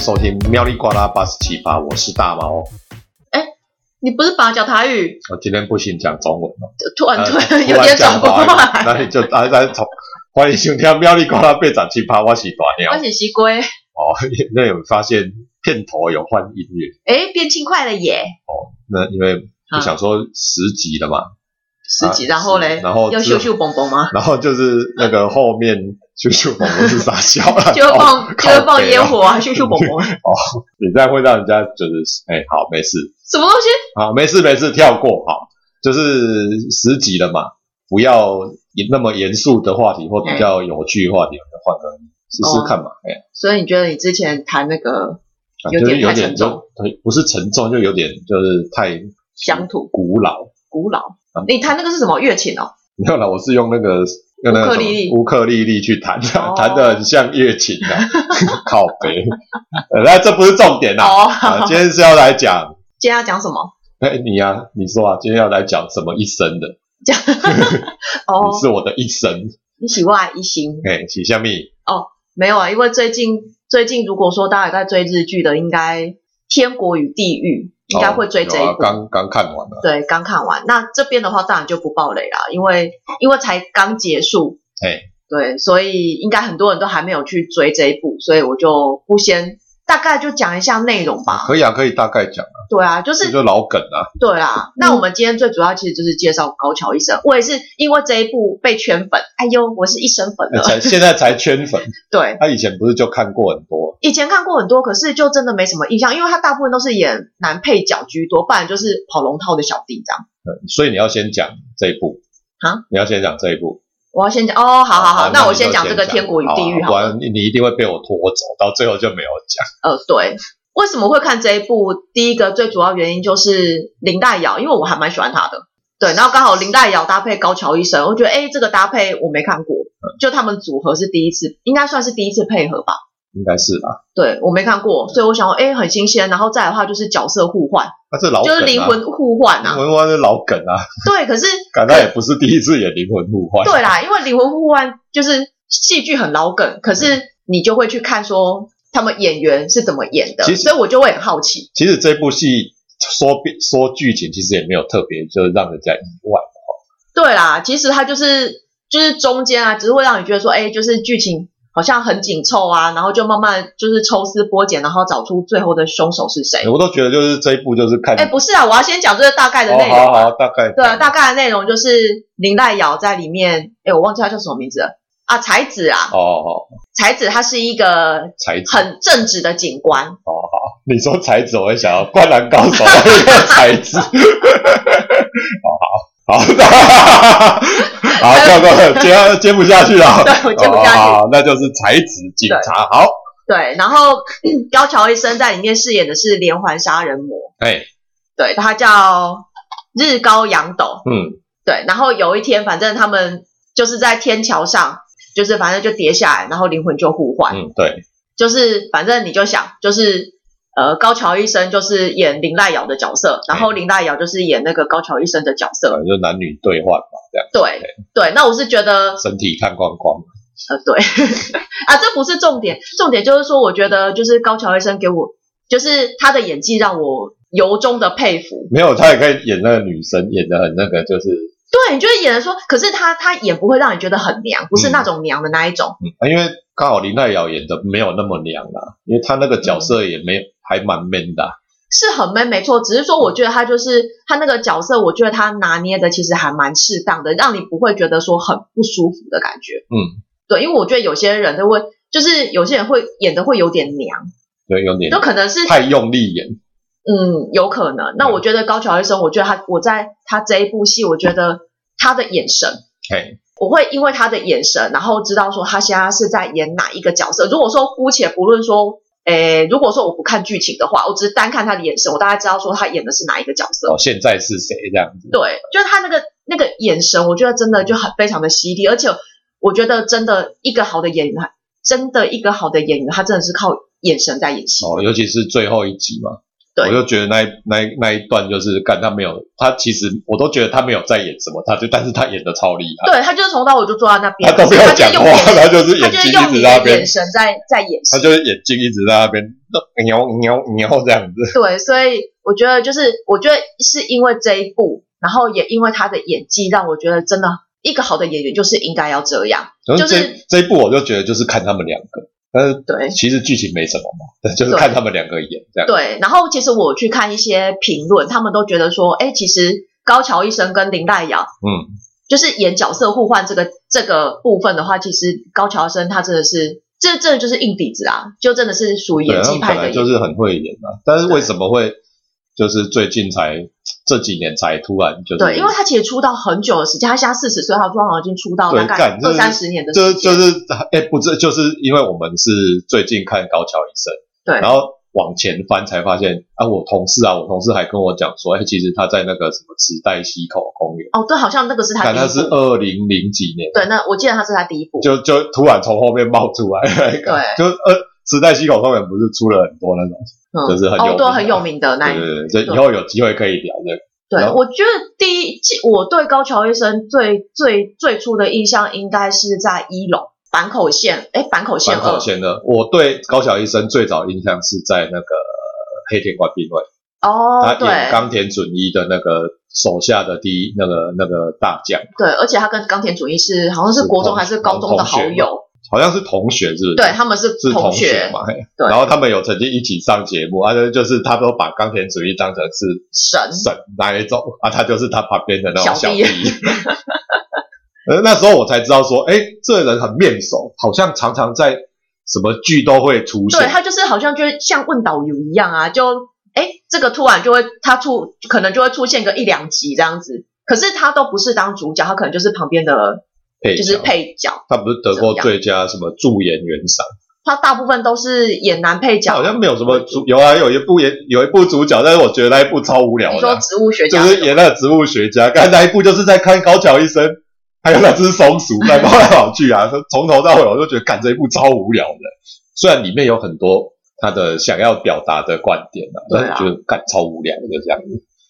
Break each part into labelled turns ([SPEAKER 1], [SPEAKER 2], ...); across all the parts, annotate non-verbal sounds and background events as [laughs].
[SPEAKER 1] 收听《喵里呱啦八十七趴》，我是大毛。
[SPEAKER 2] 你不是把讲台语，
[SPEAKER 1] 我今天不行讲中文了，
[SPEAKER 2] 突然突
[SPEAKER 1] 呃
[SPEAKER 2] 然哦有点转不过
[SPEAKER 1] 突然讲华语
[SPEAKER 2] [laughs] 来。
[SPEAKER 1] 那你就大家从欢迎收听《喵里呱啦八十七趴》，我是大鸟。
[SPEAKER 2] 关起西龟，
[SPEAKER 1] 哦，那有发现片头有换音乐
[SPEAKER 2] 哎，变轻快了耶，
[SPEAKER 1] 哦？那因为就想说十集了嘛，
[SPEAKER 2] 十几，
[SPEAKER 1] 啊
[SPEAKER 2] 然后嘞
[SPEAKER 1] 然后
[SPEAKER 2] 要
[SPEAKER 1] 之
[SPEAKER 2] 秀秀蹦
[SPEAKER 1] [laughs]
[SPEAKER 2] 蹦吗？
[SPEAKER 1] 然后就是那个后面咻咻猛龙是傻笑了，
[SPEAKER 2] [laughs] 就会放
[SPEAKER 1] 哦
[SPEAKER 2] 就会放烟。
[SPEAKER 1] 靠北哦
[SPEAKER 2] 火啊，秀秀蹦蹦，
[SPEAKER 1] [laughs] 你这样会让人家觉得哎，好没事，
[SPEAKER 2] 什么东西？
[SPEAKER 1] 好啊没事没事，跳过好，就是十集了嘛，不要那么严肃的话题或比较有趣的话题，我们换个试
[SPEAKER 2] 哦
[SPEAKER 1] 试看嘛。哎呀，
[SPEAKER 2] 所以你觉得你之前谈那个
[SPEAKER 1] 感
[SPEAKER 2] 有
[SPEAKER 1] 觉
[SPEAKER 2] 点
[SPEAKER 1] 有
[SPEAKER 2] 太
[SPEAKER 1] 点
[SPEAKER 2] 沉
[SPEAKER 1] 就
[SPEAKER 2] 重
[SPEAKER 1] 不是沉重，就有点就是太
[SPEAKER 2] 乡土
[SPEAKER 1] 古老。
[SPEAKER 2] 古老
[SPEAKER 1] 啊，
[SPEAKER 2] 你谈那个是什么乐器哦？
[SPEAKER 1] 没有啦，我是用那个用那个
[SPEAKER 2] 乌克丽丽
[SPEAKER 1] 什么乌克丽丽去弹的，
[SPEAKER 2] 哦
[SPEAKER 1] 弹的很像乐琴的， [laughs] 靠北。呃那这不是重点啦，
[SPEAKER 2] 哦，
[SPEAKER 1] 啊，今天是要来讲，
[SPEAKER 2] [laughs] 今天要讲什么？
[SPEAKER 1] 哎，你啊，你说啊，今天要来讲什么一生的？
[SPEAKER 2] 哦
[SPEAKER 1] 你，是我的一生，
[SPEAKER 2] 你喜欢一星？
[SPEAKER 1] 哎，许下蜜，
[SPEAKER 2] 没有啊，因为最近最近如果说大家有在追日剧的，应该《天国与地狱》应该会追这
[SPEAKER 1] 哦有
[SPEAKER 2] 一
[SPEAKER 1] 啊
[SPEAKER 2] 部。
[SPEAKER 1] 刚刚看完啊了，
[SPEAKER 2] 对，刚看完。那这边的话，当然就不爆雷啦，因为
[SPEAKER 1] 哦
[SPEAKER 2] 因为才刚结束，
[SPEAKER 1] 哎，
[SPEAKER 2] 对，所以应该很多人都还没有去追这一部，所以我就不先大概就讲一下内容吧。
[SPEAKER 1] 可以啊，可以大概讲啊，
[SPEAKER 2] 对啊，就
[SPEAKER 1] 这
[SPEAKER 2] 是
[SPEAKER 1] 就老梗
[SPEAKER 2] [laughs]
[SPEAKER 1] 啊，
[SPEAKER 2] 对啦。那我们今天最主要其实就是介绍高桥医生，我也是因为这一部被圈粉，哎呦，我是一身粉
[SPEAKER 1] 哎
[SPEAKER 2] 了。
[SPEAKER 1] 才现在才圈粉，
[SPEAKER 2] 对，
[SPEAKER 1] 他以前不是就看过很多，
[SPEAKER 2] 以前看过很多，可是就真的没什么印象，因为他大部分都是演男配角居多，不然就是跑龙套的小弟这样。
[SPEAKER 1] 嗯所以你要先讲这一部
[SPEAKER 2] 啊，
[SPEAKER 1] 你要先讲这一部，啊
[SPEAKER 2] 我要先讲哦，好好好，那我
[SPEAKER 1] 你就
[SPEAKER 2] 先讲这个《天国与地狱》
[SPEAKER 1] 好
[SPEAKER 2] 好
[SPEAKER 1] 啊
[SPEAKER 2] 了。
[SPEAKER 1] 不然你你一定会被我拖走，到最后就没有讲。
[SPEAKER 2] 呃，对，为什么会看这一部？第一个最主要原因就是林黛瑶，因为我还蛮喜欢她的。对，然后刚好林黛瑶搭配高桥医生，我觉得哎，这个搭配我没看过，
[SPEAKER 1] 嗯
[SPEAKER 2] 就他们组合是第一次，应该算是第一次配合吧。
[SPEAKER 1] 应该是吧？
[SPEAKER 2] 对我没看
[SPEAKER 1] 嗯
[SPEAKER 2] 过，所以我想说，哎，很新鲜。然后再来的话就是角色互换，
[SPEAKER 1] 那是老梗、
[SPEAKER 2] 就
[SPEAKER 1] 啊，
[SPEAKER 2] 是灵魂互换啊。
[SPEAKER 1] 魂是老梗啊，
[SPEAKER 2] 对，
[SPEAKER 1] [laughs]
[SPEAKER 2] 可是
[SPEAKER 1] 感到也不是第一次演灵魂互换。
[SPEAKER 2] 对啦，因为灵魂互换就是戏剧很老梗，可
[SPEAKER 1] 嗯
[SPEAKER 2] 是你就会去看说他们演员是怎么演的，
[SPEAKER 1] 其实
[SPEAKER 2] 所以我就会很好奇。
[SPEAKER 1] 其实这部戏说说剧情，其实也没有特别，就是让人家意外。
[SPEAKER 2] 对啦，其实它就是就是中间啊，只是会让你觉得说，哎，就是剧情好像很紧凑啊，然后就慢慢就是抽丝剥茧，然后找出最后的凶手是谁。
[SPEAKER 1] 我都觉得就是这一部就是看，
[SPEAKER 2] 哎，不是啊，我要先讲这个大概的
[SPEAKER 1] 哦，
[SPEAKER 2] 内容
[SPEAKER 1] 好
[SPEAKER 2] 啊。
[SPEAKER 1] 好，大概
[SPEAKER 2] 对啊，大概的内容就是林黛瑶在里面，哎，我忘记她叫什么名字了啊，才子啊，
[SPEAKER 1] 哦哦，
[SPEAKER 2] 才子她是一个
[SPEAKER 1] 才子
[SPEAKER 2] 很正直的警官，
[SPEAKER 1] 哦好，你说才子，我会想要《灌篮高
[SPEAKER 2] [laughs]
[SPEAKER 1] 手》那个才子。 [laughs] 哦好好，好， [laughs] 跳过了，接接不下去了。
[SPEAKER 2] [laughs] 对我接不下去。
[SPEAKER 1] 哦好那就是才子警察。好，
[SPEAKER 2] 对，然后 [clears throat] 高桥医生在里面饰演的是连环杀人魔，
[SPEAKER 1] 哎，
[SPEAKER 2] 对他叫日高阳斗。
[SPEAKER 1] 嗯，
[SPEAKER 2] 对，然后有一天，反正他们就是在天桥上，就是反正就跌下来，然后灵魂就互换，
[SPEAKER 1] 嗯，对，
[SPEAKER 2] 就是反正你就想，就是呃，高桥医生就是演林黛瑶的角色，然后林黛瑶就是演那个高桥医生的角
[SPEAKER 1] 可
[SPEAKER 2] 色。
[SPEAKER 1] 能就男女兑换嘛，这样
[SPEAKER 2] 对对，那我是觉得
[SPEAKER 1] 身体看光光。
[SPEAKER 2] 呃，对 [laughs] 啊，这不是重点，重点就是说，我觉得就是高桥医生给我，就是他的演技让我由衷的佩服。
[SPEAKER 1] 没有，他也可以演那个女生，演的很那个，就是、
[SPEAKER 2] 对，你就是演的说，可是他他演不会让你觉得很娘，不是那种娘的那一种。
[SPEAKER 1] 嗯啊因为刚好林黛瑶演的没有那么娘啦、因为她那个角色也没、还蛮 man 的啊、
[SPEAKER 2] 是很闷，没错，只是说我觉得他就是他那个角色，我觉得他拿捏的其实还蛮适当的，让你不会觉得说很不舒服的感觉。
[SPEAKER 1] 嗯，
[SPEAKER 2] 对，因为我觉得有些人都会，就是有些人会演的会有点娘，
[SPEAKER 1] 对，有点
[SPEAKER 2] 就可能是
[SPEAKER 1] 嗯太用力演。
[SPEAKER 2] 嗯，有可能。那
[SPEAKER 1] 嗯
[SPEAKER 2] 我觉得高桥医生，我觉得他我在他这一部戏，我觉得他的眼神，
[SPEAKER 1] 嘿，
[SPEAKER 2] 我会因为他的眼神，然后知道说他现在是在演哪一个角色。如果说姑且不论说，诶，如果说我不看剧情的话，我只是单看他的眼神，我大概知道说他演的是哪一个角色。
[SPEAKER 1] 哦，现在是谁这样子？
[SPEAKER 2] 对，就是他那个那个眼神，我觉得真的就很非常的犀利，而且我觉得真的一个好的演员，真的一个好的演员，他真的是靠眼神在演戏。
[SPEAKER 1] 哦哦，尤其是最后一集嘛，
[SPEAKER 2] 对
[SPEAKER 1] 我就觉得那一那一那一段就是干他没有，他其实我都觉得他没有在演什么，他就但是他演的超厉害，
[SPEAKER 2] 对他就是从头到尾就坐在那边，
[SPEAKER 1] 他都没有
[SPEAKER 2] 他就
[SPEAKER 1] 讲
[SPEAKER 2] 用
[SPEAKER 1] 话，
[SPEAKER 2] 眼神
[SPEAKER 1] 他就是
[SPEAKER 2] 他
[SPEAKER 1] 眼睛
[SPEAKER 2] 就是
[SPEAKER 1] 一
[SPEAKER 2] 用
[SPEAKER 1] 直
[SPEAKER 2] 你
[SPEAKER 1] 在那
[SPEAKER 2] 的
[SPEAKER 1] 边
[SPEAKER 2] 眼，神在在演戏
[SPEAKER 1] 他。就是眼睛一直在那边牛牛牛这样子，
[SPEAKER 2] 对，所以我觉得就是，我觉得是因为这一部，然后也因为他的演技，让我觉得真的一个好的演员就是应该要这样。
[SPEAKER 1] 然后这、
[SPEAKER 2] 就是
[SPEAKER 1] 这一部我就觉得就是看他们两个，但是
[SPEAKER 2] 对
[SPEAKER 1] 其实剧情没什么嘛， [laughs] 对就是
[SPEAKER 2] 对
[SPEAKER 1] 看他们两个演这样。
[SPEAKER 2] 对，然后其实我去看一些评论，他们都觉得说，哎，其实高桥医生跟林黛瑶，
[SPEAKER 1] 嗯，
[SPEAKER 2] 就是演角色互换这个这个部分的话，其实高桥医生他真的是。这这就是硬底子啊，就真的是属于
[SPEAKER 1] 对，
[SPEAKER 2] 演
[SPEAKER 1] 他
[SPEAKER 2] 技
[SPEAKER 1] 们本
[SPEAKER 2] 派的
[SPEAKER 1] 来
[SPEAKER 2] 演
[SPEAKER 1] 就
[SPEAKER 2] 员。
[SPEAKER 1] 是很会演啊，但是为什么会就是最近才这几年才突然就是
[SPEAKER 2] 对，因为他其实出道很久的时间，他现在四十岁，他出道好像已经出道
[SPEAKER 1] 对
[SPEAKER 2] 大概
[SPEAKER 1] 干这
[SPEAKER 2] 二
[SPEAKER 1] 是
[SPEAKER 2] 三十年的时
[SPEAKER 1] 就
[SPEAKER 2] 间。
[SPEAKER 1] 就是哎、不是就是因为我们是最近看高桥医生，
[SPEAKER 2] 对
[SPEAKER 1] 然后往前翻才发现啊，我同事啊，我同事还跟我讲说，哎、其实他在那个什么池袋溪口公园，
[SPEAKER 2] 哦，对，好像那个是他
[SPEAKER 1] 看
[SPEAKER 2] 第一
[SPEAKER 1] 他
[SPEAKER 2] 部。
[SPEAKER 1] 是二零零几年，
[SPEAKER 2] 对，那我记得他是他第一部，
[SPEAKER 1] 就就突然从后面冒出来， [laughs]
[SPEAKER 2] 对
[SPEAKER 1] 就呃。池袋溪口公园不是出了很多那种，
[SPEAKER 2] 嗯，
[SPEAKER 1] 就是很有
[SPEAKER 2] 哦，对，
[SPEAKER 1] 名
[SPEAKER 2] 很
[SPEAKER 1] 的
[SPEAKER 2] 有名的那一
[SPEAKER 1] 对
[SPEAKER 2] 部。
[SPEAKER 1] 对对，就以后有机会可以聊这个。
[SPEAKER 2] 对，
[SPEAKER 1] 然后
[SPEAKER 2] 我觉得第一季我对高桥医生最最最初的印象应该是在一楼坂口线，哎，坂口线
[SPEAKER 1] 坂口
[SPEAKER 2] 二
[SPEAKER 1] 宪二，我对高桥医生最早印象是在那个呃黑田官兵卫，
[SPEAKER 2] 哦，
[SPEAKER 1] 他演
[SPEAKER 2] 对
[SPEAKER 1] 冈田准一的那个手下的第一那个那个大将，
[SPEAKER 2] 对，而且他跟冈田准一是好像是
[SPEAKER 1] 是
[SPEAKER 2] 国中
[SPEAKER 1] 同
[SPEAKER 2] 还是高中的好
[SPEAKER 1] 同学
[SPEAKER 2] 友，
[SPEAKER 1] 好像是同学是不是？
[SPEAKER 2] 对，他们是
[SPEAKER 1] 是同
[SPEAKER 2] 学
[SPEAKER 1] 嘛。嘿
[SPEAKER 2] 对
[SPEAKER 1] 然后他们有曾经一起上节目，啊，就是他都把冈田准一当成是
[SPEAKER 2] 神，
[SPEAKER 1] 神那一种，啊，他就是他旁边的那种
[SPEAKER 2] 小
[SPEAKER 1] 小
[SPEAKER 2] 弟
[SPEAKER 1] 弟。 [laughs] 呃，那时候我才知道说，哎，这人很面熟，好像常常在什么剧都会出现
[SPEAKER 2] 对。他就是好像就是像问导游一样啊，就哎这个突然就会他出可能就会出现个一两集这样子，可是他都不是当主角，他可能就是旁边的
[SPEAKER 1] 配
[SPEAKER 2] 就是
[SPEAKER 1] 角
[SPEAKER 2] 配角，
[SPEAKER 1] 他不是得过最佳什么助演员赏，
[SPEAKER 2] 他大部分都是演男配
[SPEAKER 1] 他
[SPEAKER 2] 角，
[SPEAKER 1] 好像没有什么主，有啊，有一部演有一部主角，但是我觉得那一部超无聊
[SPEAKER 2] 你
[SPEAKER 1] 的
[SPEAKER 2] 说
[SPEAKER 1] 啊，
[SPEAKER 2] 植物学
[SPEAKER 1] 就
[SPEAKER 2] 家那
[SPEAKER 1] 是
[SPEAKER 2] 种
[SPEAKER 1] 演那个植物学家，刚才那一部就是在看高桥医生，还有那只松鼠在跑来跑去啊， [laughs] 从头到尾我都觉得看这一部超无聊的，虽然里面有很多他的想要表达的观点啊，
[SPEAKER 2] 对
[SPEAKER 1] 但
[SPEAKER 2] 啊
[SPEAKER 1] 是觉得看超无聊的就这样，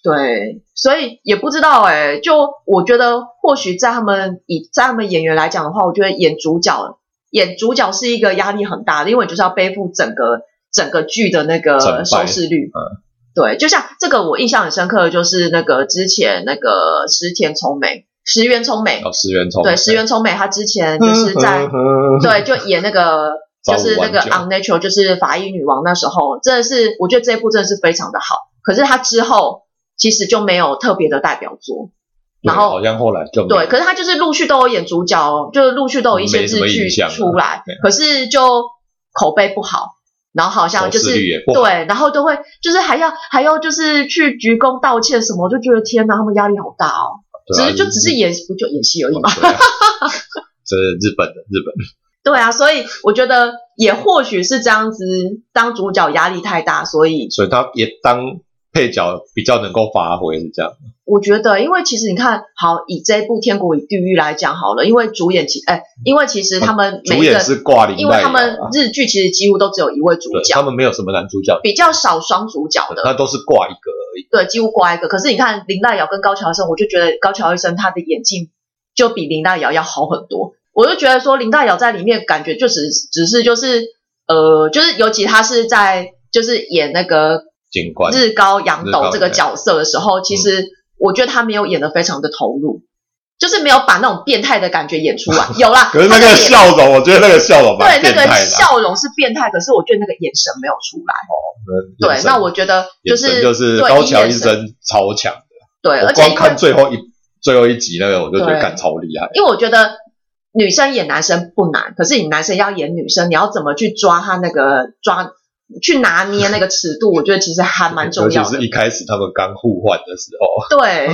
[SPEAKER 2] 对，所以也不知道哎、就我觉得或许在他们以在他们演员来讲的话，我觉得演主角演主角是一个压力很大的，因为你就是要背负整个整个剧的那
[SPEAKER 1] 成败
[SPEAKER 2] 个收视率。
[SPEAKER 1] 嗯
[SPEAKER 2] 对，就像这个我印象很深刻的就是那个之前那个石田聪美、石原聪美，
[SPEAKER 1] 哦，石原聪
[SPEAKER 2] 对，石原聪美她之
[SPEAKER 1] 嗯
[SPEAKER 2] 前就是在
[SPEAKER 1] [laughs]
[SPEAKER 2] 对，就演那个
[SPEAKER 1] 朝
[SPEAKER 2] 就是
[SPEAKER 1] 五
[SPEAKER 2] 那
[SPEAKER 1] 晚
[SPEAKER 2] 个
[SPEAKER 1] 九
[SPEAKER 2] Unnatural，就是法医女王那时候，真的是我觉得这一部真的是非常的好。可是她之后其实就没有特别的代表作，
[SPEAKER 1] 对
[SPEAKER 2] 然后
[SPEAKER 1] 好像后来就没有
[SPEAKER 2] 对，可是她就是陆续都有演主角哦，就是陆续都有一些
[SPEAKER 1] 没什
[SPEAKER 2] 日
[SPEAKER 1] 么
[SPEAKER 2] 剧
[SPEAKER 1] 印象啊
[SPEAKER 2] 出来
[SPEAKER 1] 对啊，
[SPEAKER 2] 可是就口碑不好。然后好像就
[SPEAKER 1] 收
[SPEAKER 2] 是
[SPEAKER 1] 哦视率也不好
[SPEAKER 2] 对，然后都会就是还要还要就是去鞠躬道歉什么，我就觉得天哪，他们压力好大哦。
[SPEAKER 1] 对
[SPEAKER 2] 只
[SPEAKER 1] 啊
[SPEAKER 2] 是就只是演不就演戏而已嘛。
[SPEAKER 1] 对啊这是日本的日本的
[SPEAKER 2] 对啊，所以我觉得也或许是这样子，当主角压力太大，所以
[SPEAKER 1] 所以他也当配角比较能够发挥，是这样。
[SPEAKER 2] 我觉得，因为其实你看，好以这部《天国与地狱》来讲好了，因为主演其哎，因为其实他们每
[SPEAKER 1] 哦主
[SPEAKER 2] 一个
[SPEAKER 1] 演，是挂铃
[SPEAKER 2] 因
[SPEAKER 1] 带
[SPEAKER 2] 为
[SPEAKER 1] 的
[SPEAKER 2] 他
[SPEAKER 1] 啊，
[SPEAKER 2] 们日剧其实几乎都只有一位主
[SPEAKER 1] 对他
[SPEAKER 2] 角，
[SPEAKER 1] 们没有什么男主角，
[SPEAKER 2] 比较少双主角的，
[SPEAKER 1] 那都是挂一个而已。
[SPEAKER 2] 对，几乎挂一个。可是你看林黛瑶跟高桥医生，我就觉得高桥医生他的演技就比林黛瑶要好很多。我就觉得说林黛瑶在里面感觉就只只是就是呃，就是尤其他是在就是演那个
[SPEAKER 1] 警官
[SPEAKER 2] 日高阳
[SPEAKER 1] 日高
[SPEAKER 2] 斗
[SPEAKER 1] 阳嗯
[SPEAKER 2] 这个角色的时候，其实我觉得他没有演的非常的投入，就是没有把那种变态的感觉演出来。有
[SPEAKER 1] [laughs]
[SPEAKER 2] 啦，
[SPEAKER 1] 可是那个
[SPEAKER 2] 他的
[SPEAKER 1] 笑容，我觉得那个笑容
[SPEAKER 2] 对
[SPEAKER 1] 蛮
[SPEAKER 2] 那
[SPEAKER 1] 变态
[SPEAKER 2] 个
[SPEAKER 1] 的啊。
[SPEAKER 2] 笑容是变态，可是我觉得那个眼神没有出来。
[SPEAKER 1] 眼
[SPEAKER 2] 对，
[SPEAKER 1] 神
[SPEAKER 2] 那我觉得就
[SPEAKER 1] 眼
[SPEAKER 2] 是
[SPEAKER 1] 神就是
[SPEAKER 2] 对
[SPEAKER 1] 高桥
[SPEAKER 2] 眼
[SPEAKER 1] 医
[SPEAKER 2] 神
[SPEAKER 1] 生超强的，
[SPEAKER 2] 对，
[SPEAKER 1] 我
[SPEAKER 2] 而且
[SPEAKER 1] 光
[SPEAKER 2] 因为
[SPEAKER 1] 看最后一最后一集那个，我就觉得
[SPEAKER 2] 对
[SPEAKER 1] 干超厉害。
[SPEAKER 2] 因为我觉得女生演男生不难，可是你男生要演女生，你要怎么去抓他那个抓去拿捏那个尺度，我觉得其实还
[SPEAKER 1] [laughs]
[SPEAKER 2] 蛮重
[SPEAKER 1] 尤其
[SPEAKER 2] 要的
[SPEAKER 1] 是。一啊开始他们刚互换的时候， [laughs]
[SPEAKER 2] 对，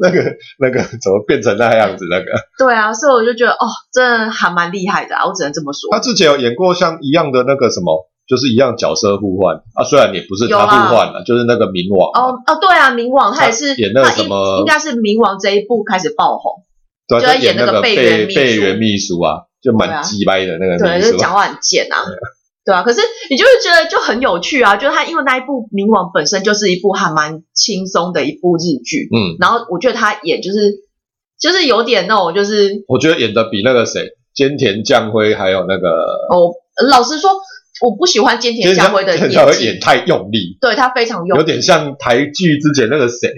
[SPEAKER 1] 那个那个怎么变成那样子？那个
[SPEAKER 2] 对啊，所以我就觉得哦，真的还蛮厉害的啊，我只能这么说。
[SPEAKER 1] 他之前有演过像一样的那个什么，就是一样角色互换啊，虽然也不是
[SPEAKER 2] 有
[SPEAKER 1] 他
[SPEAKER 2] 啊
[SPEAKER 1] 互换了，就是那个冥王嘛，
[SPEAKER 2] 哦哦，对啊，冥王他也是，
[SPEAKER 1] 演那个
[SPEAKER 2] 他
[SPEAKER 1] 什
[SPEAKER 2] 应
[SPEAKER 1] 么
[SPEAKER 2] 应该是冥王这一部开始爆红，
[SPEAKER 1] 对啊，
[SPEAKER 2] 就要
[SPEAKER 1] 就演
[SPEAKER 2] 演那
[SPEAKER 1] 那
[SPEAKER 2] 个
[SPEAKER 1] 个备
[SPEAKER 2] 备员秘书
[SPEAKER 1] 备员秘书啊，就蛮鸡掰的那个
[SPEAKER 2] 对，
[SPEAKER 1] 秘
[SPEAKER 2] 就是
[SPEAKER 1] 书，
[SPEAKER 2] 讲话很贱啊。对啊，可是你就会觉得就很有趣啊，就是他因为那一部《冥王》本身就是一部还蛮轻松的一部日剧，
[SPEAKER 1] 嗯，
[SPEAKER 2] 然后我觉得他演就是就是有点那种就是
[SPEAKER 1] 我觉得演的比那个谁菅田将晖还有那个
[SPEAKER 2] 哦，老实说我不喜欢菅田将晖的
[SPEAKER 1] 菅
[SPEAKER 2] 演
[SPEAKER 1] 田将晖
[SPEAKER 2] 技，
[SPEAKER 1] 演太用力，
[SPEAKER 2] 对他非常用
[SPEAKER 1] 有点像台剧之前那个谁，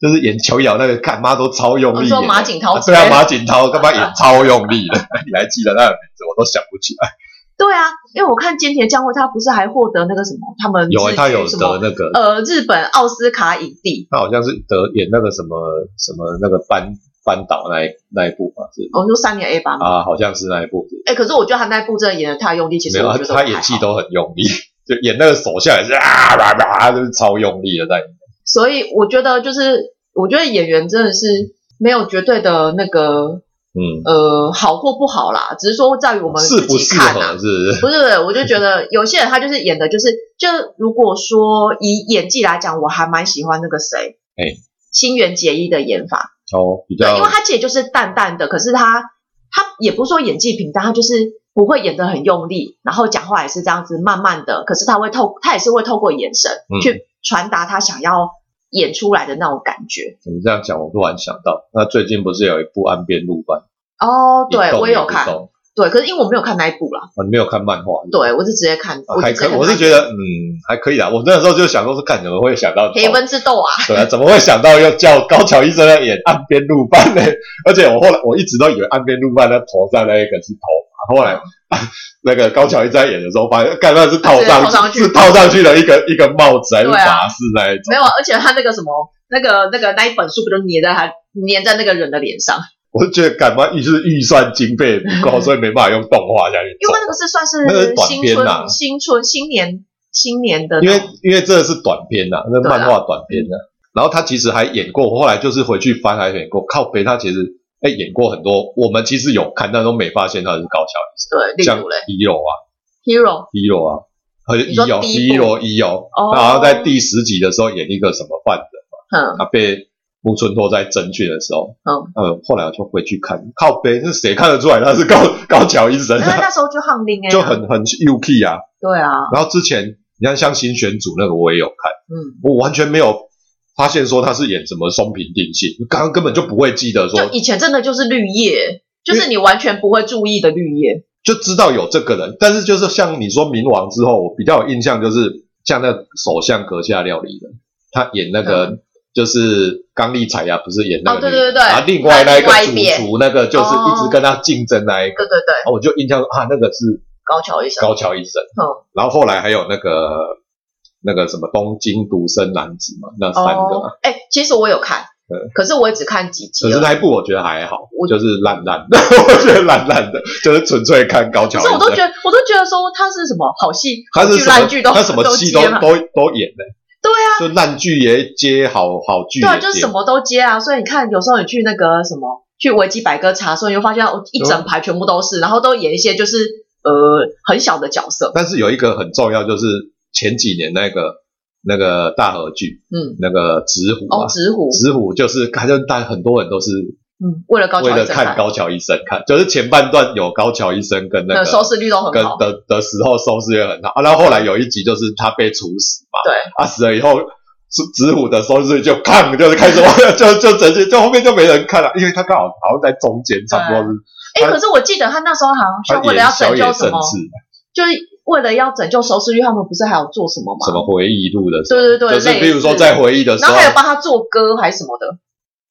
[SPEAKER 1] 就是演琼瑶那个，干妈都超用
[SPEAKER 2] 我
[SPEAKER 1] 力
[SPEAKER 2] 哦说
[SPEAKER 1] 演
[SPEAKER 2] 马景涛
[SPEAKER 1] 啊对啊，
[SPEAKER 2] 之类的
[SPEAKER 1] 马景涛干嘛演超用力的？ [laughs] 你还记得他的名字？我都想不起来。
[SPEAKER 2] 对啊，因为我看菅田将晖他不是还获得那个什么他们
[SPEAKER 1] 有啊，
[SPEAKER 2] 日
[SPEAKER 1] 他
[SPEAKER 2] 剧
[SPEAKER 1] 有
[SPEAKER 2] 什么
[SPEAKER 1] 得那个，
[SPEAKER 2] 呃日本奥斯卡影帝，
[SPEAKER 1] 他好像是得演那个什么什么那个班班导那一那一部嘛，是
[SPEAKER 2] 我说哦三年 A 班嘛，
[SPEAKER 1] 啊，好像是那一部。
[SPEAKER 2] 哎、可是我觉得他那一部真的演的太用力，其
[SPEAKER 1] 没
[SPEAKER 2] 实
[SPEAKER 1] 有
[SPEAKER 2] 我
[SPEAKER 1] 啊，
[SPEAKER 2] 觉得
[SPEAKER 1] 他演技都很用力，就演那个手下也是啊啦啦，就是超用力的在演。
[SPEAKER 2] 所以我觉得就是，我觉得演员真的是没有绝对的那个
[SPEAKER 1] 嗯，
[SPEAKER 2] 呃好或不好啦，只是说在于我们
[SPEAKER 1] 适
[SPEAKER 2] 自
[SPEAKER 1] 不
[SPEAKER 2] 己
[SPEAKER 1] 适
[SPEAKER 2] 看
[SPEAKER 1] 合。
[SPEAKER 2] 啊
[SPEAKER 1] 是不是？
[SPEAKER 2] 不是，我就觉得有些人他就是演的，就是就如果说以演技来讲，我还蛮喜欢那个谁，
[SPEAKER 1] 哎
[SPEAKER 2] 新垣结衣的演法，
[SPEAKER 1] 哦，比
[SPEAKER 2] 对，
[SPEAKER 1] 较
[SPEAKER 2] 因为他其实就是淡淡的，可是他他也不是说演技平淡，他就是不会演得很用力，然后讲话也是这样子慢慢的，可是他会透，他也是会透过眼神
[SPEAKER 1] 嗯
[SPEAKER 2] 去传达他想要演出来的那种感觉。
[SPEAKER 1] 你这样讲，我突然想到，那最近不是有一部《岸边露伴》？
[SPEAKER 2] 哦，
[SPEAKER 1] 一
[SPEAKER 2] 对
[SPEAKER 1] 动
[SPEAKER 2] 我
[SPEAKER 1] 也
[SPEAKER 2] 也有
[SPEAKER 1] 不
[SPEAKER 2] 看，
[SPEAKER 1] 动
[SPEAKER 2] 对，可是因为我没有看那一部啦，
[SPEAKER 1] 啊，你没有看漫画？
[SPEAKER 2] 对我是直接看，
[SPEAKER 1] 啊
[SPEAKER 2] 我
[SPEAKER 1] 还
[SPEAKER 2] 就直接
[SPEAKER 1] 可以，
[SPEAKER 2] 看
[SPEAKER 1] 我是觉得嗯还可以啦。我那时候就想说，是看怎么会想到
[SPEAKER 2] 黑温之斗啊，
[SPEAKER 1] 对啊，怎么会想到要叫高桥医生来演岸边露伴呢？ [laughs] 而且我后来我一直都以为岸边露伴他头上那一个是头发，
[SPEAKER 2] [laughs]
[SPEAKER 1] 后来、那个高桥医生在演的时候，发现干那是套上
[SPEAKER 2] 啊是套上去
[SPEAKER 1] 是套上去的一个一个帽子还是
[SPEAKER 2] 对啊
[SPEAKER 1] 法式那一种。
[SPEAKER 2] 没有，而且他那个什么那个那个那一本书不就粘在他粘在那个人的脸上，
[SPEAKER 1] 我就觉得干嘛预是预算经费不
[SPEAKER 2] [laughs]
[SPEAKER 1] 够，所以没办法用动画下去
[SPEAKER 2] 因
[SPEAKER 1] 做。
[SPEAKER 2] 为那个是算
[SPEAKER 1] 那个是
[SPEAKER 2] 是
[SPEAKER 1] 短
[SPEAKER 2] 新
[SPEAKER 1] 片
[SPEAKER 2] 春、
[SPEAKER 1] 啊
[SPEAKER 2] 新春新年新年的那
[SPEAKER 1] 因
[SPEAKER 2] 种，
[SPEAKER 1] 为因为这是短片呐、那
[SPEAKER 2] 对啊
[SPEAKER 1] 漫画短片呐、然后他其实还演过，我后来就是回去翻还演过，靠北他其实哎演过很多，我们其实有看，但都没发现他是高桥医生。
[SPEAKER 2] 对，例
[SPEAKER 1] 像
[SPEAKER 2] 如嘞
[SPEAKER 1] 一友啊，
[SPEAKER 2] ，Hero。
[SPEAKER 1] 一友啊，还有一
[SPEAKER 2] 你说
[SPEAKER 1] 友
[SPEAKER 2] 第
[SPEAKER 1] 一
[SPEAKER 2] 一
[SPEAKER 1] 友
[SPEAKER 2] 部
[SPEAKER 1] 一友
[SPEAKER 2] 哦，
[SPEAKER 1] 然后在第十集的时候演一个什么犯人， [laughs]
[SPEAKER 2] 嗯，
[SPEAKER 1] 他被木村拓哉征去的时候，
[SPEAKER 2] 嗯
[SPEAKER 1] 呃，后来我就回去看，靠北是谁看得出来他是高高桥医生
[SPEAKER 2] 因为
[SPEAKER 1] 啊？
[SPEAKER 2] 那时候就翰林哎，
[SPEAKER 1] 就很很 UK 啊。
[SPEAKER 2] 对啊，
[SPEAKER 1] 然后之前你看像新选组那个我也有看，
[SPEAKER 2] 嗯，
[SPEAKER 1] 我完全没有发现说他是演什么松平定信，刚刚根本就不会记得
[SPEAKER 2] 就
[SPEAKER 1] 说
[SPEAKER 2] 以前真的就是绿叶，就是你完全不会注意的绿叶，
[SPEAKER 1] 就知道有这个人，但是就是像你说冥王之后，我比较有印象就是像那个首相阁下料理人，他演那个、就是刚立彩呀、不是演那个
[SPEAKER 2] 嗯哦对
[SPEAKER 1] 女的
[SPEAKER 2] 对对对
[SPEAKER 1] 然后另外那一个
[SPEAKER 2] 另外一边哦
[SPEAKER 1] 主厨那个就是一直跟他竞争那一个，
[SPEAKER 2] 对对对，
[SPEAKER 1] 然后我就印象啊那个是
[SPEAKER 2] 高桥医生，
[SPEAKER 1] 高桥医生，
[SPEAKER 2] 嗯
[SPEAKER 1] 然后后来还有那个那个什么东京独身男子嘛，那三个嘛。
[SPEAKER 2] 哦，哎，其实我有看
[SPEAKER 1] 对，
[SPEAKER 2] 可是我也只看几集啊
[SPEAKER 1] 可是
[SPEAKER 2] 而已，
[SPEAKER 1] 那一部我觉得还好，
[SPEAKER 2] 我
[SPEAKER 1] 就是烂烂的， [laughs] 我觉得烂烂的，就是纯粹看高桥
[SPEAKER 2] 可
[SPEAKER 1] 医生。
[SPEAKER 2] 是我都觉得，我都觉得说他是什么好戏，
[SPEAKER 1] 他是
[SPEAKER 2] 好
[SPEAKER 1] 什
[SPEAKER 2] 剧烂剧
[SPEAKER 1] 么
[SPEAKER 2] 都
[SPEAKER 1] 他什么戏都
[SPEAKER 2] 接嘛，
[SPEAKER 1] 都都演的、
[SPEAKER 2] 对啊，
[SPEAKER 1] 就烂剧也接，好好剧也
[SPEAKER 2] 对
[SPEAKER 1] 接，
[SPEAKER 2] 啊，就是什么都接啊，所以你看有时候你去那个什么。去维基百科查，所以你会发现哦一整排全部都是，然后都演一些就是呃很小的角色，
[SPEAKER 1] 但是有一个很重要，就是前几年那个那个大河剧，
[SPEAKER 2] 嗯，
[SPEAKER 1] 那个纸虎
[SPEAKER 2] 哦，
[SPEAKER 1] 啊，
[SPEAKER 2] 直虎，
[SPEAKER 1] 纸虎就是他就但很多人都是
[SPEAKER 2] 嗯，为了高
[SPEAKER 1] 为
[SPEAKER 2] 桥
[SPEAKER 1] 了
[SPEAKER 2] 医生
[SPEAKER 1] 看高桥医生看，就是前半段有高桥医生跟那
[SPEAKER 2] 那
[SPEAKER 1] 个
[SPEAKER 2] 收视率都很
[SPEAKER 1] 跟
[SPEAKER 2] 好，
[SPEAKER 1] 的的时候收视也很好、啊，然后后来有一集就是他被处死嘛，啊
[SPEAKER 2] 对，
[SPEAKER 1] 死了以后，子子虎的收视率就抗，就是开始 [laughs] 就就直接就后面就没人看了，因为他刚好好像在中间，差不多是
[SPEAKER 2] 哎、
[SPEAKER 1] 他
[SPEAKER 2] 可是我记得他那时候好
[SPEAKER 1] 他
[SPEAKER 2] 像为了
[SPEAKER 1] 演
[SPEAKER 2] 要
[SPEAKER 1] 小
[SPEAKER 2] 拯
[SPEAKER 1] 野
[SPEAKER 2] 救
[SPEAKER 1] 甚
[SPEAKER 2] 什么，
[SPEAKER 1] 至
[SPEAKER 2] 就是为了要拯救收视率，他们不是还有做什么吗？
[SPEAKER 1] 什么回忆录的时候，
[SPEAKER 2] 对对对，
[SPEAKER 1] 就是
[SPEAKER 2] 类
[SPEAKER 1] 比如说
[SPEAKER 2] 似
[SPEAKER 1] 在，回忆的时
[SPEAKER 2] 然
[SPEAKER 1] 候
[SPEAKER 2] 后。还有帮他做歌还是什么的，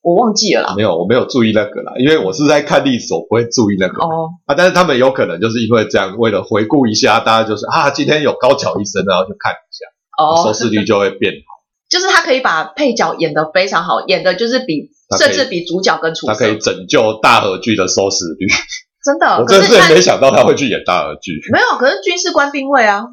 [SPEAKER 2] 我忘记了啦。
[SPEAKER 1] 没有，我没有注意那个啦，因为我是在看历史，我不会注意那个、
[SPEAKER 2] 哦，
[SPEAKER 1] 啊。但是他们有可能就是因为这样，为了回顾一下，大家就是啊，今天有高桥医生，然后就看一下，收
[SPEAKER 2] 哦，
[SPEAKER 1] 视率就会变
[SPEAKER 2] 就是他可以把配角演得非常好，演的就是比
[SPEAKER 1] 他可以
[SPEAKER 2] 甚至比主角跟 [laughs] 出
[SPEAKER 1] 他可以
[SPEAKER 2] 色，
[SPEAKER 1] 拯救大河剧的收视率。
[SPEAKER 2] 真的。
[SPEAKER 1] 我
[SPEAKER 2] 哦可
[SPEAKER 1] 真
[SPEAKER 2] 是你
[SPEAKER 1] 是
[SPEAKER 2] 看
[SPEAKER 1] 没想到他会去演大河剧。
[SPEAKER 2] 没有，可是军事官兵卫啊，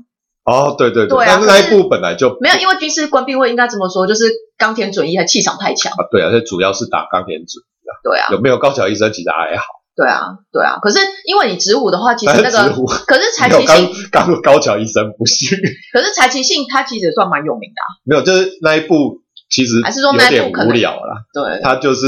[SPEAKER 1] 哦，对对
[SPEAKER 2] 对啊
[SPEAKER 1] 但是那
[SPEAKER 2] 可
[SPEAKER 1] 一
[SPEAKER 2] 是
[SPEAKER 1] 部本来就
[SPEAKER 2] 没有，因为军事官兵卫应该这么说，就是冈田准一还气场太强。
[SPEAKER 1] 啊，对啊，这主要是打钢铁组，
[SPEAKER 2] 对啊，
[SPEAKER 1] 有没有高桥医生其实还好，
[SPEAKER 2] 对啊，对啊。可是因为你植物的话，其
[SPEAKER 1] 但
[SPEAKER 2] 实
[SPEAKER 1] 是
[SPEAKER 2] 那
[SPEAKER 1] 直
[SPEAKER 2] 个
[SPEAKER 1] 虎
[SPEAKER 2] 可是柴
[SPEAKER 1] 没有
[SPEAKER 2] 崎幸，
[SPEAKER 1] 刚刚高桥医生不行，
[SPEAKER 2] 可是柴崎幸他其实也算蛮有名的啊、
[SPEAKER 1] 没有，就是那一部其实
[SPEAKER 2] 还是说
[SPEAKER 1] 有
[SPEAKER 2] 那一部
[SPEAKER 1] 点
[SPEAKER 2] 可
[SPEAKER 1] 无
[SPEAKER 2] 能
[SPEAKER 1] 聊啦，
[SPEAKER 2] 对，
[SPEAKER 1] 他就是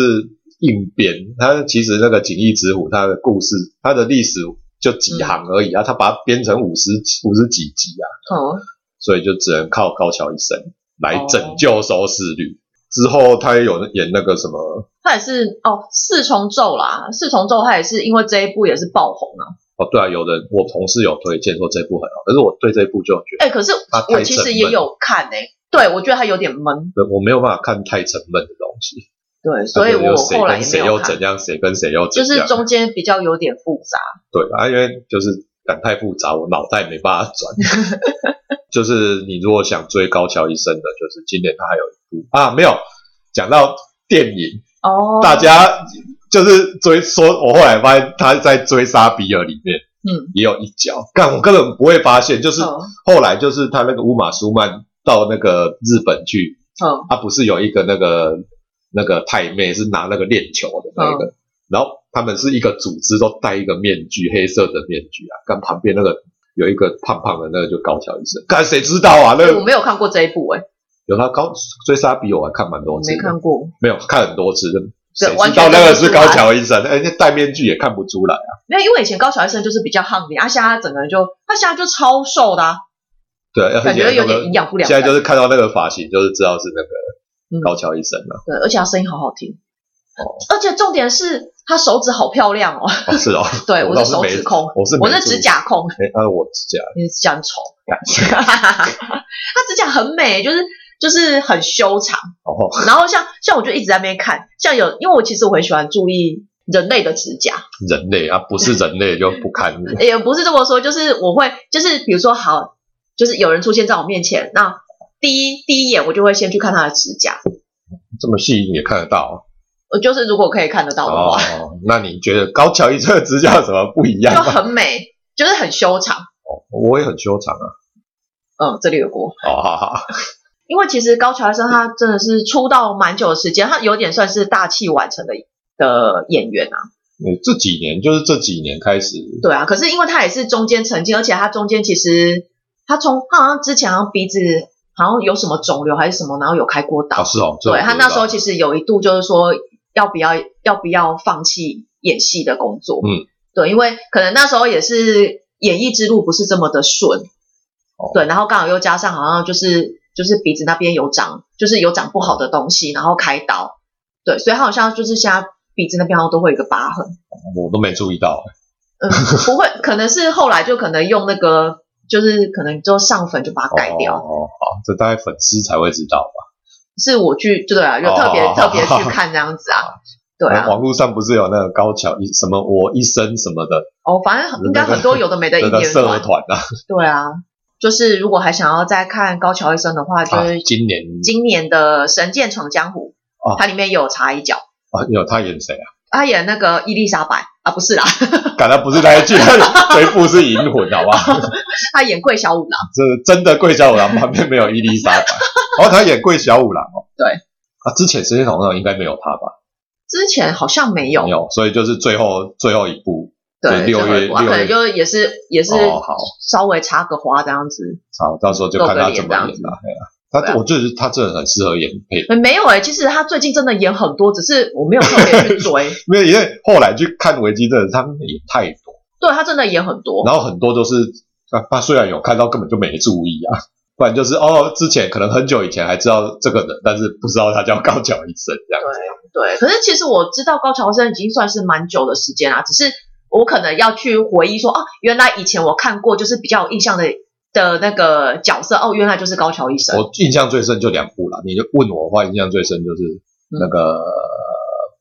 [SPEAKER 1] 硬编，他其实那个锦衣直虎他的故事，他的历史就
[SPEAKER 2] 嗯
[SPEAKER 1] 几行而已啊，他把它编成五十五十几集啊，
[SPEAKER 2] 哦，
[SPEAKER 1] 所以就只能靠高桥一生来拯救收视率。之后他也有演那个什么
[SPEAKER 2] 他也是哦，四重奏啦，四重奏他也是因为这一部也是爆红啊。
[SPEAKER 1] 哦，对啊，有人我同事有推荐说这部很好，可是我对这部就觉得
[SPEAKER 2] 哎、可是
[SPEAKER 1] 它啊太
[SPEAKER 2] 我其实
[SPEAKER 1] 沉
[SPEAKER 2] 也
[SPEAKER 1] 闷
[SPEAKER 2] 有看诶、对我觉得他有点闷，
[SPEAKER 1] 对我没有办法看太沉闷的东西，
[SPEAKER 2] 对，所以
[SPEAKER 1] 它就
[SPEAKER 2] 我
[SPEAKER 1] 是谁
[SPEAKER 2] 后
[SPEAKER 1] 跟
[SPEAKER 2] 来也没
[SPEAKER 1] 谁
[SPEAKER 2] 有
[SPEAKER 1] 又
[SPEAKER 2] 看
[SPEAKER 1] 怎，样，谁跟谁又怎
[SPEAKER 2] 就
[SPEAKER 1] 样，
[SPEAKER 2] 是中间比较有点复杂。
[SPEAKER 1] 对啊，因为就是感太复杂，我脑袋没办法转。 [laughs] 就是你如果想追高桥医生的，就是今年他还有一部啊，没有讲到电影，
[SPEAKER 2] 哦，
[SPEAKER 1] 大家就是追说，我后来发现他在追杀比尔里面
[SPEAKER 2] 嗯，
[SPEAKER 1] 也有一脚，但我根本不会发现，就是
[SPEAKER 2] 嗯
[SPEAKER 1] 后来就是他那个乌马舒曼到那个日本去，
[SPEAKER 2] 嗯
[SPEAKER 1] 他不是有一个那个那个太妹是拿那个练球的那
[SPEAKER 2] 哦
[SPEAKER 1] 个，然后他们是一个组织都戴一个面具，黑色的面具啊，跟旁边那个有一个胖胖的那个就高桥医生，看谁知道啊？那
[SPEAKER 2] 哎我
[SPEAKER 1] 个
[SPEAKER 2] 没有看过这一部诶、
[SPEAKER 1] 有他高追杀比我还看蛮多次
[SPEAKER 2] 没
[SPEAKER 1] 的，
[SPEAKER 2] 看过，
[SPEAKER 1] 没有看很多次的。
[SPEAKER 2] 对
[SPEAKER 1] 谁知
[SPEAKER 2] 完
[SPEAKER 1] 道
[SPEAKER 2] 全
[SPEAKER 1] 那个
[SPEAKER 2] 看不
[SPEAKER 1] 是
[SPEAKER 2] 出
[SPEAKER 1] 高
[SPEAKER 2] 来
[SPEAKER 1] 桥医生？哎，那戴面具也看不出来。
[SPEAKER 2] 没有，因为以前高桥医生就是比较胖的，啊，现在他整个人就他现在就超瘦的、啊，
[SPEAKER 1] 对，而且
[SPEAKER 2] 感觉有
[SPEAKER 1] 那
[SPEAKER 2] 点
[SPEAKER 1] 个
[SPEAKER 2] 营养不良
[SPEAKER 1] 现
[SPEAKER 2] 感。
[SPEAKER 1] 在就是看到那个发型，就是知道是那
[SPEAKER 2] 嗯
[SPEAKER 1] 个高桥医生了、
[SPEAKER 2] 对，而且他声音好好听，
[SPEAKER 1] 哦
[SPEAKER 2] 而且重点是他手指好漂亮哦。 [laughs]
[SPEAKER 1] 哦，是哦，
[SPEAKER 2] 对，
[SPEAKER 1] 我
[SPEAKER 2] 我
[SPEAKER 1] 倒
[SPEAKER 2] 是
[SPEAKER 1] 是
[SPEAKER 2] 手
[SPEAKER 1] 没
[SPEAKER 2] 指控，
[SPEAKER 1] 我是
[SPEAKER 2] 我
[SPEAKER 1] 没
[SPEAKER 2] 是
[SPEAKER 1] 注
[SPEAKER 2] 指
[SPEAKER 1] 意
[SPEAKER 2] 甲
[SPEAKER 1] [laughs]
[SPEAKER 2] 控，
[SPEAKER 1] 哎，啊，我指甲
[SPEAKER 2] 你的指甲很丑， [laughs] 他指甲很美，就是就是很修长。
[SPEAKER 1] 哦， [laughs]
[SPEAKER 2] 然后像像我就一直在那边看，像有因为我其实我很喜欢注意人类的指甲，
[SPEAKER 1] 人类啊，不是人类就不堪入目。
[SPEAKER 2] 也不是这么说，就是我会就是比如说好，就是有人出现在我面前，那第一第一眼我就会先去看他的指甲，
[SPEAKER 1] 这么细你也看得到
[SPEAKER 2] 我就是如果可以看得到的
[SPEAKER 1] 哦
[SPEAKER 2] 话，
[SPEAKER 1] 那你觉得高桥一这个指甲有什么不一样
[SPEAKER 2] 就 [laughs]
[SPEAKER 1] 吗？
[SPEAKER 2] 很美，就是很修长。
[SPEAKER 1] 哦我也很修长啊。
[SPEAKER 2] 嗯，这里有过。
[SPEAKER 1] 哦，好好，
[SPEAKER 2] 因为其实高桥医生他真的是出道蛮久的时间，他有点算是大器晚成的的演员啊，
[SPEAKER 1] 你这几年就是这几年开始，
[SPEAKER 2] 对啊。可是因为他也是中间曾经，而且他中间其实他从他好像之前好像鼻子好像有什么肿瘤还是什么，然后有开过刀，
[SPEAKER 1] 啊是哦，这我
[SPEAKER 2] 对
[SPEAKER 1] 不
[SPEAKER 2] 他
[SPEAKER 1] 知
[SPEAKER 2] 那
[SPEAKER 1] 道
[SPEAKER 2] 时候其实有一度就是说要不要要不要放弃演戏的工作，
[SPEAKER 1] 嗯，
[SPEAKER 2] 对，因为可能那时候也是演艺之路不是这么的顺，
[SPEAKER 1] 哦
[SPEAKER 2] 对，然后刚好又加上好像就是就是鼻子那边有长，就是有长不好的东西，然后开刀，对，所以他好像就是现在鼻子那边好像都会有一个疤痕，
[SPEAKER 1] 我都没注意到，
[SPEAKER 2] 嗯，不会，可能是后来就可能用那个就是可能就上粉就把它盖掉，
[SPEAKER 1] 哦，哦好，这大概粉丝才会知道吧？
[SPEAKER 2] 是我去对啊，就特别、
[SPEAKER 1] 哦
[SPEAKER 2] 特别去看这样
[SPEAKER 1] [laughs]
[SPEAKER 2] 子啊，对啊，
[SPEAKER 1] 网络上不是有那个高桥一什么我一生什么的
[SPEAKER 2] 哦，反正应该很多有的没的
[SPEAKER 1] 那
[SPEAKER 2] 应
[SPEAKER 1] 个
[SPEAKER 2] 援
[SPEAKER 1] 社
[SPEAKER 2] 团，
[SPEAKER 1] 团啊？
[SPEAKER 2] 对啊，就是如果还想要再看高桥医生的话，就
[SPEAKER 1] 啊
[SPEAKER 2] 是
[SPEAKER 1] 今年
[SPEAKER 2] 今年的《神剑闯江湖》
[SPEAKER 1] 哦
[SPEAKER 2] 它里面也有插一脚，
[SPEAKER 1] 啊，有他演谁啊？
[SPEAKER 2] 他演那个伊丽莎白啊，不是啦， [laughs]
[SPEAKER 1] 感到不是那一句，这一部是银魂，好不
[SPEAKER 2] [laughs]
[SPEAKER 1] 好？
[SPEAKER 2] 他演桂小五郎，
[SPEAKER 1] 这真的桂小五郎旁边没有伊丽莎
[SPEAKER 2] [laughs]
[SPEAKER 1] 白，然后他演桂小五郎哦。
[SPEAKER 2] 对
[SPEAKER 1] 啊，之前《神剑闯江湖》应该没有他吧？
[SPEAKER 2] 之前好像没有，
[SPEAKER 1] 没有，所以就是最后最后一部
[SPEAKER 2] 对，
[SPEAKER 1] 六
[SPEAKER 2] 最后一
[SPEAKER 1] 月
[SPEAKER 2] 部啊
[SPEAKER 1] 六
[SPEAKER 2] 可
[SPEAKER 1] 月
[SPEAKER 2] 能就也是也是
[SPEAKER 1] 哦，好，
[SPEAKER 2] 稍微插个花这样子，
[SPEAKER 1] 好，到时候就看他怎么
[SPEAKER 2] 露个脸
[SPEAKER 1] 演
[SPEAKER 2] 这
[SPEAKER 1] 了
[SPEAKER 2] 样。
[SPEAKER 1] 嘿啊他
[SPEAKER 2] 对啊
[SPEAKER 1] 我就是他真的很适合演配，
[SPEAKER 2] 没没有哎、其实他最近真的演很多，只是我没有特别去追，
[SPEAKER 1] [laughs] 因为因为后来去看维基，真的他们演太多，
[SPEAKER 2] 对他真的演很多，
[SPEAKER 1] 然后很多都是啊，他虽然有看到，根本就没注意啊。 [laughs] 不然就是哦，之前可能很久以前还知道这个人，但是不知道他叫高桥医生这样。
[SPEAKER 2] 对，可是其实我知道高桥生已经算是蛮久的时间啦，只是我可能要去回忆说，哦，原来以前我看过就是比较有印象的的那个角色，哦，原来就是高桥医生。
[SPEAKER 1] 我印象最深就两部啦，你就问我的话，印象最深就是
[SPEAKER 2] 嗯
[SPEAKER 1] 那个呃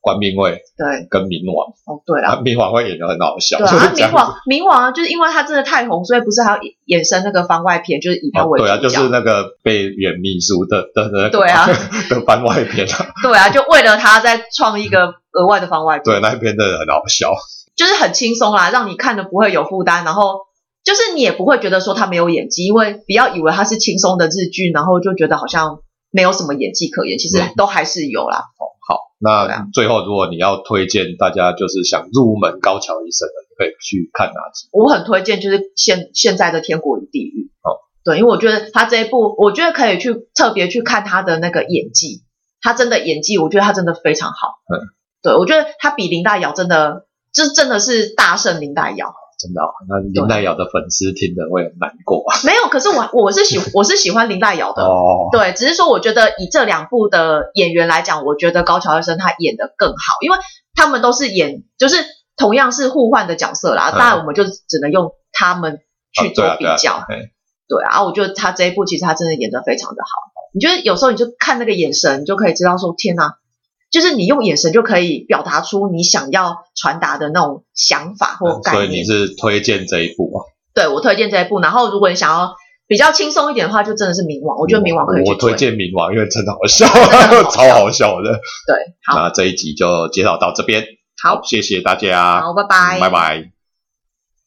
[SPEAKER 1] 官兵卫
[SPEAKER 2] 对，
[SPEAKER 1] 跟冥王，
[SPEAKER 2] 哦，对
[SPEAKER 1] 啊，
[SPEAKER 2] 啦，
[SPEAKER 1] 冥王会演的很好笑，
[SPEAKER 2] 对
[SPEAKER 1] 就
[SPEAKER 2] 啊，
[SPEAKER 1] 是
[SPEAKER 2] 啊
[SPEAKER 1] 这样
[SPEAKER 2] 冥王，冥王啊，就是因为他真的太红，所以不是还要衍生那个番外篇，就是以他
[SPEAKER 1] 啊
[SPEAKER 2] 为主
[SPEAKER 1] 对
[SPEAKER 2] 角。
[SPEAKER 1] 啊，就是那个被原秘书的的的
[SPEAKER 2] 对啊
[SPEAKER 1] [laughs] 的番外篇啊，
[SPEAKER 2] 对啊，就为了他再创一个额外的番外篇。
[SPEAKER 1] 对，那一篇真的很好笑，
[SPEAKER 2] 就是很轻松啦，让你看的不会有负担，然后就是你也不会觉得说他没有演技，因为不要以为他是轻松的日剧，然后就觉得好像没有什么演技可言，其实
[SPEAKER 1] 嗯哦
[SPEAKER 2] 都还是有啦。
[SPEAKER 1] 好，
[SPEAKER 2] 对啊
[SPEAKER 1] 那最后如果你要推荐大家就是想入门高桥医生的，你可以去看哪几
[SPEAKER 2] 我很推荐就是现现在的《天国与地狱》
[SPEAKER 1] 好
[SPEAKER 2] 对，因为我觉得他这一部，我觉得可以去特别去看他的那个演技，他真的演技，我觉得他真的非常好。
[SPEAKER 1] 嗯，
[SPEAKER 2] 对，我觉得他比林大瑶真的，这真的是大胜林大瑶。
[SPEAKER 1] 部真的哦、那林
[SPEAKER 2] 啊
[SPEAKER 1] 奈瑶的粉丝听了会很难过啊。
[SPEAKER 2] 没有，可是我我是喜我是喜欢林黛瑶的，
[SPEAKER 1] 哦，
[SPEAKER 2] 对，只是说我觉得以这两部的演员来讲，我觉得高桥医生他演的更好，因为他们都是演就是同样是互换的角色啦，
[SPEAKER 1] 嗯
[SPEAKER 2] 当然我们就只能用他们去
[SPEAKER 1] 对
[SPEAKER 2] 做
[SPEAKER 1] 啊
[SPEAKER 2] 比
[SPEAKER 1] 对啊
[SPEAKER 2] 较。
[SPEAKER 1] 对啊嘿
[SPEAKER 2] 对啊，我觉得他这一部其实他真的演的非常的好。你觉得有时候你就看那个眼神，你就可以知道说，天哪，就是你用眼神就可以表达出你想要传达的那种想法或
[SPEAKER 1] 嗯所
[SPEAKER 2] 概
[SPEAKER 1] 以你
[SPEAKER 2] 念。
[SPEAKER 1] 是推荐这一部啊？
[SPEAKER 2] 对我推荐这一部，然后如果你想要比较轻松一点的话，就真的是《冥王》，我觉得《冥王》可以去
[SPEAKER 1] 我推荐冥王，因为真的好
[SPEAKER 2] [laughs]
[SPEAKER 1] 笑，
[SPEAKER 2] 的好笑
[SPEAKER 1] 超好笑的。
[SPEAKER 2] 对，好，
[SPEAKER 1] 那这一集就介绍到这边，
[SPEAKER 2] 好，
[SPEAKER 1] 谢谢大家，嗯
[SPEAKER 2] 嗯好，拜拜，
[SPEAKER 1] 拜拜。